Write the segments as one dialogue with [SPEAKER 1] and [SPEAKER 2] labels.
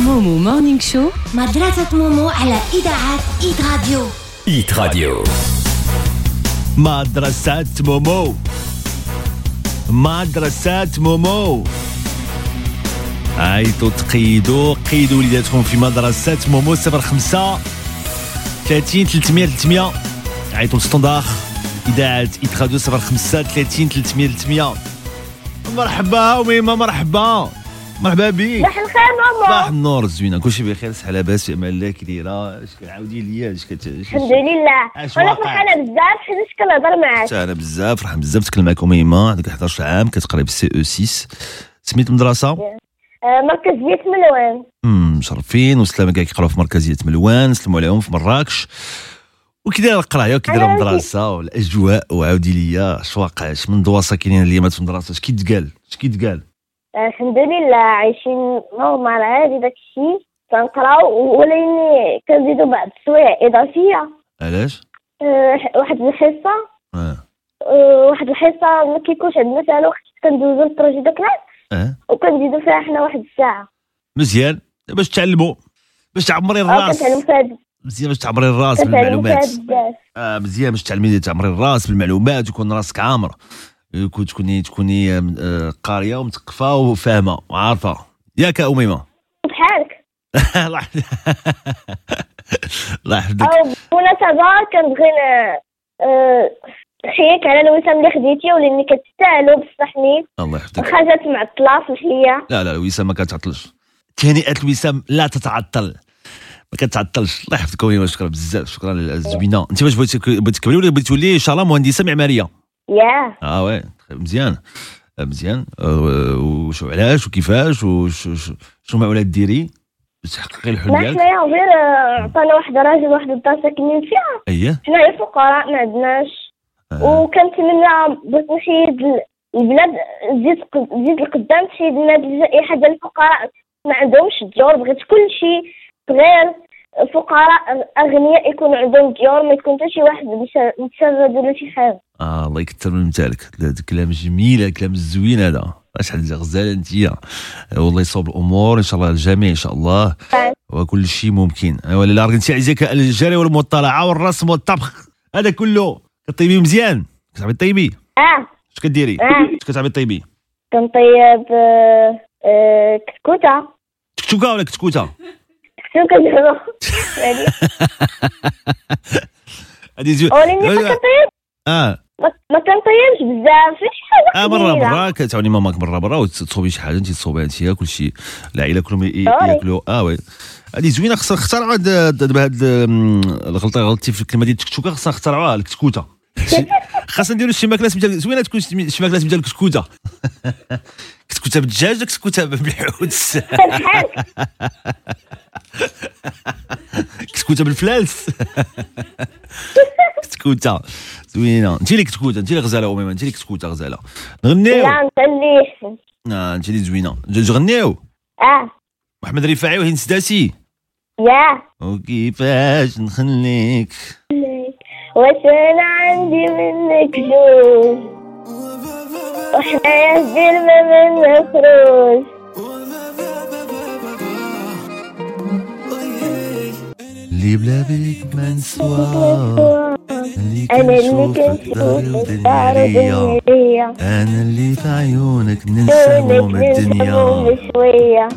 [SPEAKER 1] مومو مورنينغ شو
[SPEAKER 2] مدرسة مومو على إذاعة إيت راديو
[SPEAKER 3] إيت راديو
[SPEAKER 4] مدرسة مومو مدرسة مومو عيطوا تقيدوا قيدوا وليداتكم في مدرسة مومو 05 30 300 300 عيطوا الستوندار إذاعة إيت راديو 05 30 300 300 مرحبا أميمة مرحبا مرحبا بك
[SPEAKER 5] صباح الخير ماما
[SPEAKER 4] صباح النور زوينه كلشي بخير صحه لاباس في امان الله كديره عاودي ليا اش كت
[SPEAKER 5] الحمد لله
[SPEAKER 4] أش
[SPEAKER 5] انا
[SPEAKER 4] واقع؟
[SPEAKER 5] فرحانه بزاف حيت كنهضر معاك
[SPEAKER 4] انا بزاف فرحان بزاف تكلم معك اميمه عندك 11 عام كتقري في سي او 6 سميت المدرسه
[SPEAKER 5] آه، مركز بيت ملوان
[SPEAKER 4] امم مشرفين وسلامه كاع كيقراو في مركزيه ملوان نسلموا عليهم في مراكش وكداير القرايه وكداير
[SPEAKER 5] أنا
[SPEAKER 4] المدرسه والاجواء وعاودي ليا اش واقع اش من دواسه كاينين اليومات في المدرسه اش كيتقال اش كيتقال
[SPEAKER 5] آه، الحمد لله عايشين نورمال عادي داكشي كنقراو ولكن كنزيدو بعض السوايع اضافيه
[SPEAKER 4] علاش
[SPEAKER 5] آه، واحد الحصه
[SPEAKER 4] اه
[SPEAKER 5] آه، واحد الحصه ما كيكونش عندنا فيها الوقت كندوزو للبروجي دو كلاس
[SPEAKER 4] اه
[SPEAKER 5] وكنزيدو فيها حنا واحد الساعه
[SPEAKER 4] مزيان باش تعلموا باش تعمري
[SPEAKER 5] اه
[SPEAKER 4] الراس
[SPEAKER 5] كنتعلمو فيها
[SPEAKER 4] مزيان باش تعمري الراس
[SPEAKER 5] كنتعلمو فيها
[SPEAKER 4] بالمعلومات
[SPEAKER 5] بزاف
[SPEAKER 4] آه مزيان باش تعلمي تعمري الراس بالمعلومات يكون راسك عامر يكون تكوني تكوني آه، قاريه ومثقفه وفاهمه وعارفه ياك اميمه
[SPEAKER 5] بحالك
[SPEAKER 4] الله يحفظك. الله يحفظك
[SPEAKER 5] او بالمناسبه كنبغي ن- آه، نحييك على الوسام اللي خديتي ولاني كتستاهلو بصح نيت
[SPEAKER 4] الله يحفظك
[SPEAKER 5] واخا جات معطله في الحيه
[SPEAKER 4] لا لا الوسام ما كتعطلش تهنئات الوسام لا تتعطل ما كتعطلش الله يحفظك اميمه شكرا بزاف شكرا على الزوينه انت باش بغيتي بغيتي تكبري ولا بغيتي تولي ان شاء الله مهندسه معماريه
[SPEAKER 5] ياه
[SPEAKER 4] اه وي مزيان مزيان آه، وشو علاش وكيفاش وش وش- شنو معولات ديري باش تحققي الحلم
[SPEAKER 5] لا
[SPEAKER 4] ديالك
[SPEAKER 5] حنايا غير آه، عطانا واحد الراجل واحد الدار ساكنين فيها
[SPEAKER 4] اييه
[SPEAKER 5] حنايا فقراء ما عندناش
[SPEAKER 4] آه.
[SPEAKER 5] وكنتمنى بغيت نحيد ال- البلاد تزيد ق- تزيد لقدام تحيد لنا الجائحه ديال الفقراء ما عندهمش الديور بغيت كلشي صغير فقراء اغنياء يكون عندهم ديور ما يكون حتى شي واحد مش- متشرد ولا شي حاجه
[SPEAKER 4] اه الله يكثر من مثالك كلام جميل هذا كلام زوين هذا شحال ديال غزاله انت والله يصوب الامور ان شاء الله الجميع ان شاء الله وكل شيء ممكن ايوا لا رغنتي على الذكاء الجاري والمطلعه والرسم والطبخ هذا كله كطيبي مزيان كتعرفي طيبي
[SPEAKER 5] اه
[SPEAKER 4] اش كديري
[SPEAKER 5] آه.
[SPEAKER 4] اش كتعرفي طيبي
[SPEAKER 5] كنطيب آه، آه، كتكوته
[SPEAKER 4] كتكوكه ولا كتكوته
[SPEAKER 5] شنو كنديرو يعني
[SPEAKER 4] هذه زو...
[SPEAKER 5] ولكن ما كنطيب
[SPEAKER 4] اه
[SPEAKER 5] ما ما كنطيبش بزاف شي حاجه
[SPEAKER 4] اه مره
[SPEAKER 5] قليلة.
[SPEAKER 4] مره كتعاوني ماماك مره مره وتصوبي شي حاجه انت تصوبي انت كل شيء العائله كلهم ي-
[SPEAKER 5] Sorry.
[SPEAKER 4] ياكلوا اه وي هذه زوينه خصنا نخترعوا هاد- هاد- دابا هاد أم، الغلطه غلطتي في الكلمه ديال التكتوكه خصنا نخترعوها الكتكوته خاصنا نديروا شي ماكله سميتها زوينه تكون سمي- شي ماكله سميتها الكتكوته كتكوته بالدجاج ولا كتكوته بالحوت
[SPEAKER 5] كنحاس
[SPEAKER 4] كتكوته بالفلالس كتكوته زوينه انت اللي كتكوته انت اللي غزاله اميمه انت اللي كتكوته غزاله نغنيو
[SPEAKER 5] لا نخليه
[SPEAKER 4] آه، انت اللي زوينه ج- تغنيو
[SPEAKER 5] اه
[SPEAKER 4] محمد رفاعي وهند سداسي
[SPEAKER 5] ياه
[SPEAKER 4] وكيفاش نخليك
[SPEAKER 5] واش انا عندي منك جوج وحنا يا جدير ما منا خروج
[SPEAKER 4] اللي بلا بيك ما نسوى اللي
[SPEAKER 5] انا اللي
[SPEAKER 4] كنشوفك دار
[SPEAKER 5] كنشوف الدار
[SPEAKER 4] دنيا
[SPEAKER 5] دنيا
[SPEAKER 4] انا اللي في عيونك ننسى هموم
[SPEAKER 5] دونك
[SPEAKER 4] الدنيا
[SPEAKER 5] ننسى شوية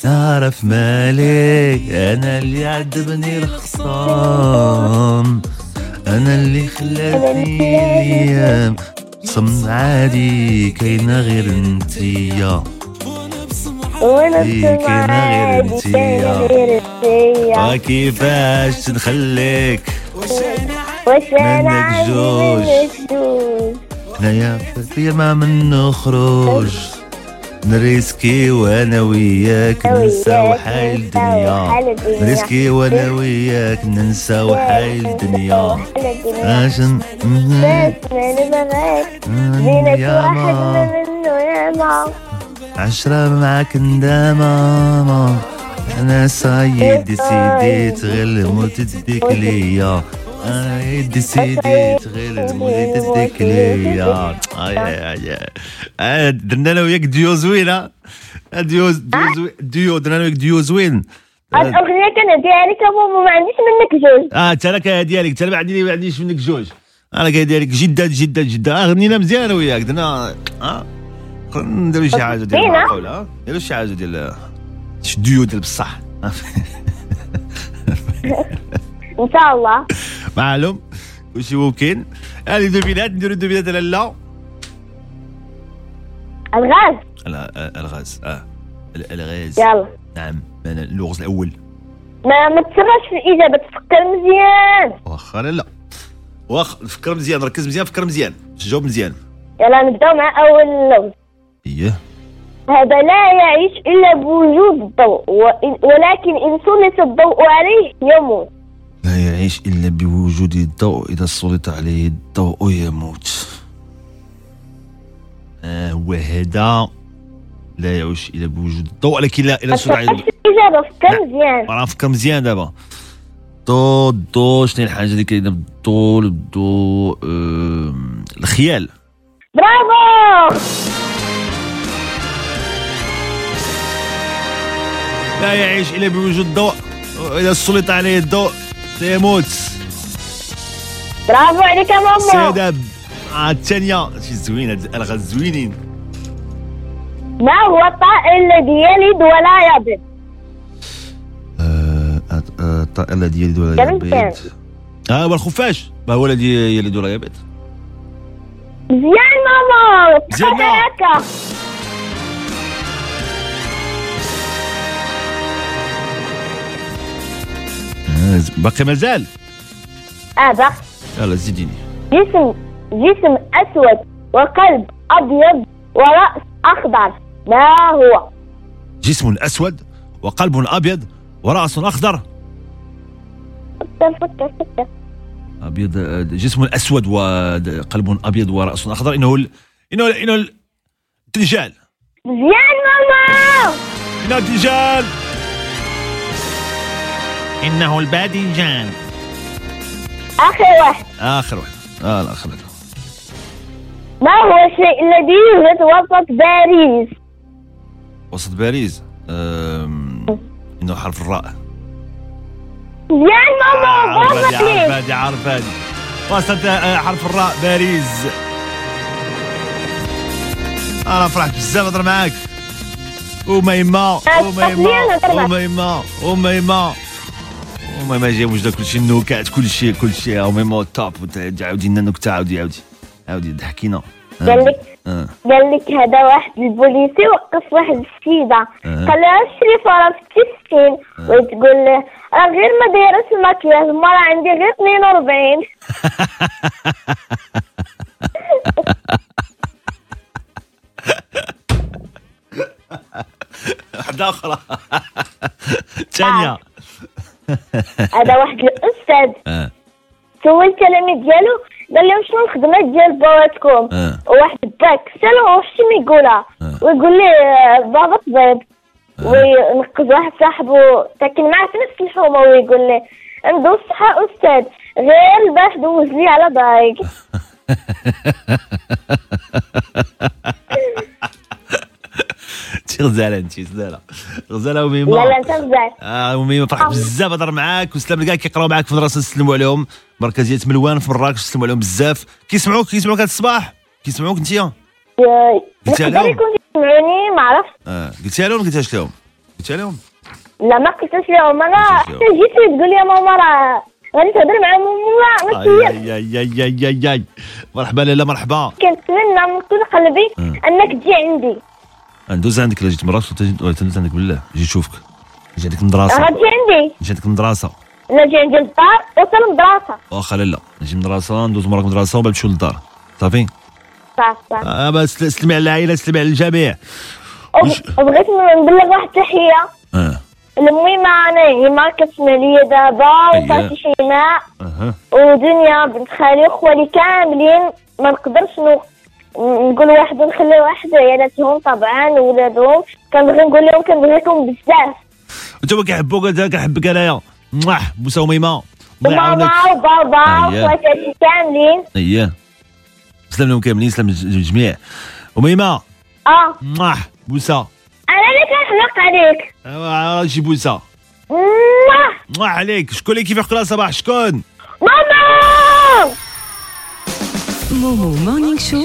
[SPEAKER 4] تعرف مالك انا اللي عذبني الخصام انا اللي خلاتني الايام صم عادي كاينه غير انتيا
[SPEAKER 5] وانا
[SPEAKER 4] إيه،
[SPEAKER 5] السمعة
[SPEAKER 4] كاينة غير
[SPEAKER 5] عادي
[SPEAKER 4] انتيا.
[SPEAKER 5] كاينة غير انتيا
[SPEAKER 4] وكيفاش نخليك
[SPEAKER 5] واش انا
[SPEAKER 4] منك
[SPEAKER 5] عندي
[SPEAKER 4] جوج.
[SPEAKER 5] منك جوج
[SPEAKER 4] حنايا في ما من نخرج نريسكي وانا وياك ننسى وحال الدنيا نريسكي وانا وياك ننسى وحال الدنيا عشان مهم.
[SPEAKER 5] بس انا بغاك بينك
[SPEAKER 4] يا
[SPEAKER 5] واحد ما
[SPEAKER 4] ما
[SPEAKER 5] منه نعمة
[SPEAKER 4] عشرة معاك ندامة ما انا صايد سيديت غير الموت تديك ليا انا يدي سيديت غير الموت تديك ليا آي آي آي. آه، درنا انا وياك ديو زوينه ديو ديو زوي- ديو درنا انا وياك ديو زوين آه،
[SPEAKER 5] الأغنية كان ديالك أبو ما عنديش منك جوج
[SPEAKER 4] اه انت راك ديالك انت ما عندي ما عنديش منك جوج انا قاعد ديالك جدا جدا جدا آه، غنينا مزيان انا وياك درنا اه خل- نديرو شي حاجه ديال
[SPEAKER 5] زينة.
[SPEAKER 4] المعقول اه نديرو شي حاجه ديال شدو يود بصح
[SPEAKER 5] إن شاء الله
[SPEAKER 4] معلوم وشي ممكن هذه دوبينات نديرو دوبينات لا لا
[SPEAKER 5] الغاز
[SPEAKER 4] لا، آه، الغاز اه ال- الغاز
[SPEAKER 5] يلا
[SPEAKER 4] نعم انا اللغز الاول
[SPEAKER 5] ما ما تسرعش في الإجابة تفكر مزيان
[SPEAKER 4] واخا لا لا واخ فكر مزيان ركز مزيان فكر مزيان جاوب مزيان
[SPEAKER 5] يلا نبداو مع أول لغز
[SPEAKER 4] اييه
[SPEAKER 5] هذا لا يعيش إلا بوجود الضوء وإن- ولكن إن سلط الضوء عليه يموت
[SPEAKER 4] لا يعيش إلا بوجود الضوء إذا سلط عليه الضوء يموت آه هو هذا لا يعيش إلا بوجود الضوء لكن لا إلا
[SPEAKER 5] ما
[SPEAKER 4] سلط
[SPEAKER 5] تسرعش
[SPEAKER 4] عليه
[SPEAKER 5] في الإجابة فكر
[SPEAKER 4] لا.
[SPEAKER 5] مزيان
[SPEAKER 4] راه نفكر مزيان دابا الضوء الضوء شنو هي الحاجة اللي كاينة بالضوء الضوء آه الخيال
[SPEAKER 5] برافو
[SPEAKER 4] لا يعيش إلا بوجود الضوء إذا سلط عليه الضوء سيموت
[SPEAKER 5] برافو عليك يا ماما
[SPEAKER 4] سيدة آه، الثانية شي زوينة هاد الألغاز زوينين
[SPEAKER 5] ما هو الطائر الذي يلد ولا يبيض
[SPEAKER 4] آه، الطائر الذي يلد ولا
[SPEAKER 5] جميل
[SPEAKER 4] يبيض
[SPEAKER 5] كان.
[SPEAKER 4] اه هو الخفاش ما هو الذي يلد ولا يبيض
[SPEAKER 5] مزيان ماما
[SPEAKER 4] مزيان ماما.
[SPEAKER 5] هكا
[SPEAKER 4] آه، باقي مازال
[SPEAKER 5] اه باقي
[SPEAKER 4] يلا زيديني
[SPEAKER 5] جسم جسم أسود وقلب أبيض ورأس أخضر ما هو؟
[SPEAKER 4] جسم اسود وقلب ابيض وراس اخضر
[SPEAKER 5] فكر فكر فكر
[SPEAKER 4] ابيض آه، جسم اسود وقلب ابيض وراس اخضر انه ال... انه ال... انه ال- الدجال
[SPEAKER 5] مزيان ماما
[SPEAKER 4] انه الدجال انه الباذنجان
[SPEAKER 5] آخر واحد
[SPEAKER 4] اخر واحد اه لا، اخر واحد
[SPEAKER 5] ما هو الشيء الذي يوجد وسط باريس؟
[SPEAKER 4] وسط باريس آم، انه حرف الراء
[SPEAKER 5] مزيان
[SPEAKER 6] آه،
[SPEAKER 5] ماما برافو
[SPEAKER 4] عرفاني
[SPEAKER 5] عليك
[SPEAKER 4] عرفاني عرفاني وصلت آه، حرف الراء باريس انا فرحت بزاف نهضر معاك وميمة وميمة وميمة وميمة وميمة جاي وجدها كلشي النكات كلشي كلشي وميمة توب وت- عاودي لنا نكتة عاودي عاودي عاودي ضحكينا
[SPEAKER 5] قال لك
[SPEAKER 4] آه.
[SPEAKER 5] قال لك هذا واحد البوليسي وقف واحد السيدة
[SPEAKER 4] آه.
[SPEAKER 5] قال لها الشريف راه في 60 وتقول له راه غير ما دايرش المكياج ما راه عندي غير 42
[SPEAKER 4] واحدة أخرى ثانية
[SPEAKER 5] هذا واحد الاستاذ
[SPEAKER 4] آه.
[SPEAKER 5] سول التلاميذ ديالو قال لهم شنو الخدمه ديال باباتكم
[SPEAKER 4] آه.
[SPEAKER 5] واحد الباك سالو واش ما يقولها ويقول لي آه، بابا طبيب آه، وينقذ واحد صاحبه ساكن معاه في نفس الحومة ويقول لي عنده الصحة أستاذ غير باش دوز لي على دايك
[SPEAKER 4] انت غزاله انت غزاله غزاله وميمه
[SPEAKER 5] طيب. لا لا أنت مزال
[SPEAKER 4] اه وميمه فرحت بزاف هضر معاك وسلام لكاع كيقراو معاك في المدرسه نسلموا عليهم مركزيه ملوان في مراكش نسلموا عليهم بزاف كيسمعوك كيسمعوك هذا الصباح كيسمعوك انت آه.
[SPEAKER 5] ي-
[SPEAKER 4] قلت
[SPEAKER 5] آه، يقدر
[SPEAKER 4] عليهم؟
[SPEAKER 5] يكون يسمعوني ما عرفت
[SPEAKER 4] اه قلتها لهم قلتهاش لهم قلتها لهم
[SPEAKER 5] لا ما قلتش لهم أنا حتى جيت لي تقول يا ماما راه غادي تهضر مع ماما ما
[SPEAKER 4] اي
[SPEAKER 5] تسير
[SPEAKER 4] اي اي اي اي, أي, أي. مرحبا لاله مرحبا
[SPEAKER 5] كنتمنى من كل نعم قلبي أنك تجي عندي
[SPEAKER 4] ندوز عندك الا جيت مراكش ولا تندوز عندك بالله نجي نشوفك نجي عندك المدرسه
[SPEAKER 5] غادي عندي
[SPEAKER 4] نجي عندك المدرسه
[SPEAKER 5] لا جي عندي للدار وصل المدرسة
[SPEAKER 4] واخا لا لا نجي من المدرسه ندوز مراك من المدرسه ومن بعد نمشيو للدار صافي
[SPEAKER 5] صافي صافي
[SPEAKER 4] آه بس سلمي على العائله سلمي على الجميع
[SPEAKER 5] وب- وبغيت نبلغ واحد التحية
[SPEAKER 4] اه
[SPEAKER 5] المهمة أنا هي ما كتسمع ليا دابا
[SPEAKER 4] أييه.
[SPEAKER 5] وفاتي شيماء
[SPEAKER 4] اها
[SPEAKER 5] ودنيا بنت خالي وخوالي كاملين ما نقدرش نو- نقول واحد ونخلي واحد عيالاتهم طبعا وولادهم كنبغي نقول لهم كنبغيكم بزاف
[SPEAKER 4] انتوا كيحبوك انت كيحبك انايا مواه موسى وميمه الله يعاونك أيوه.
[SPEAKER 5] وماما وبابا
[SPEAKER 4] أييه.
[SPEAKER 5] وخواتاتي كاملين
[SPEAKER 4] اييه سلام لهم كاملين سلام للج- للجميع وميمه
[SPEAKER 5] اه
[SPEAKER 4] مواه بوسه
[SPEAKER 5] انا اللي كنحلق عليك
[SPEAKER 4] آه، شي بوسه
[SPEAKER 5] مواه.
[SPEAKER 4] مواه عليك شكون اللي كيفيق كل صباح شكون
[SPEAKER 5] ماما
[SPEAKER 7] مومو مورنينغ شو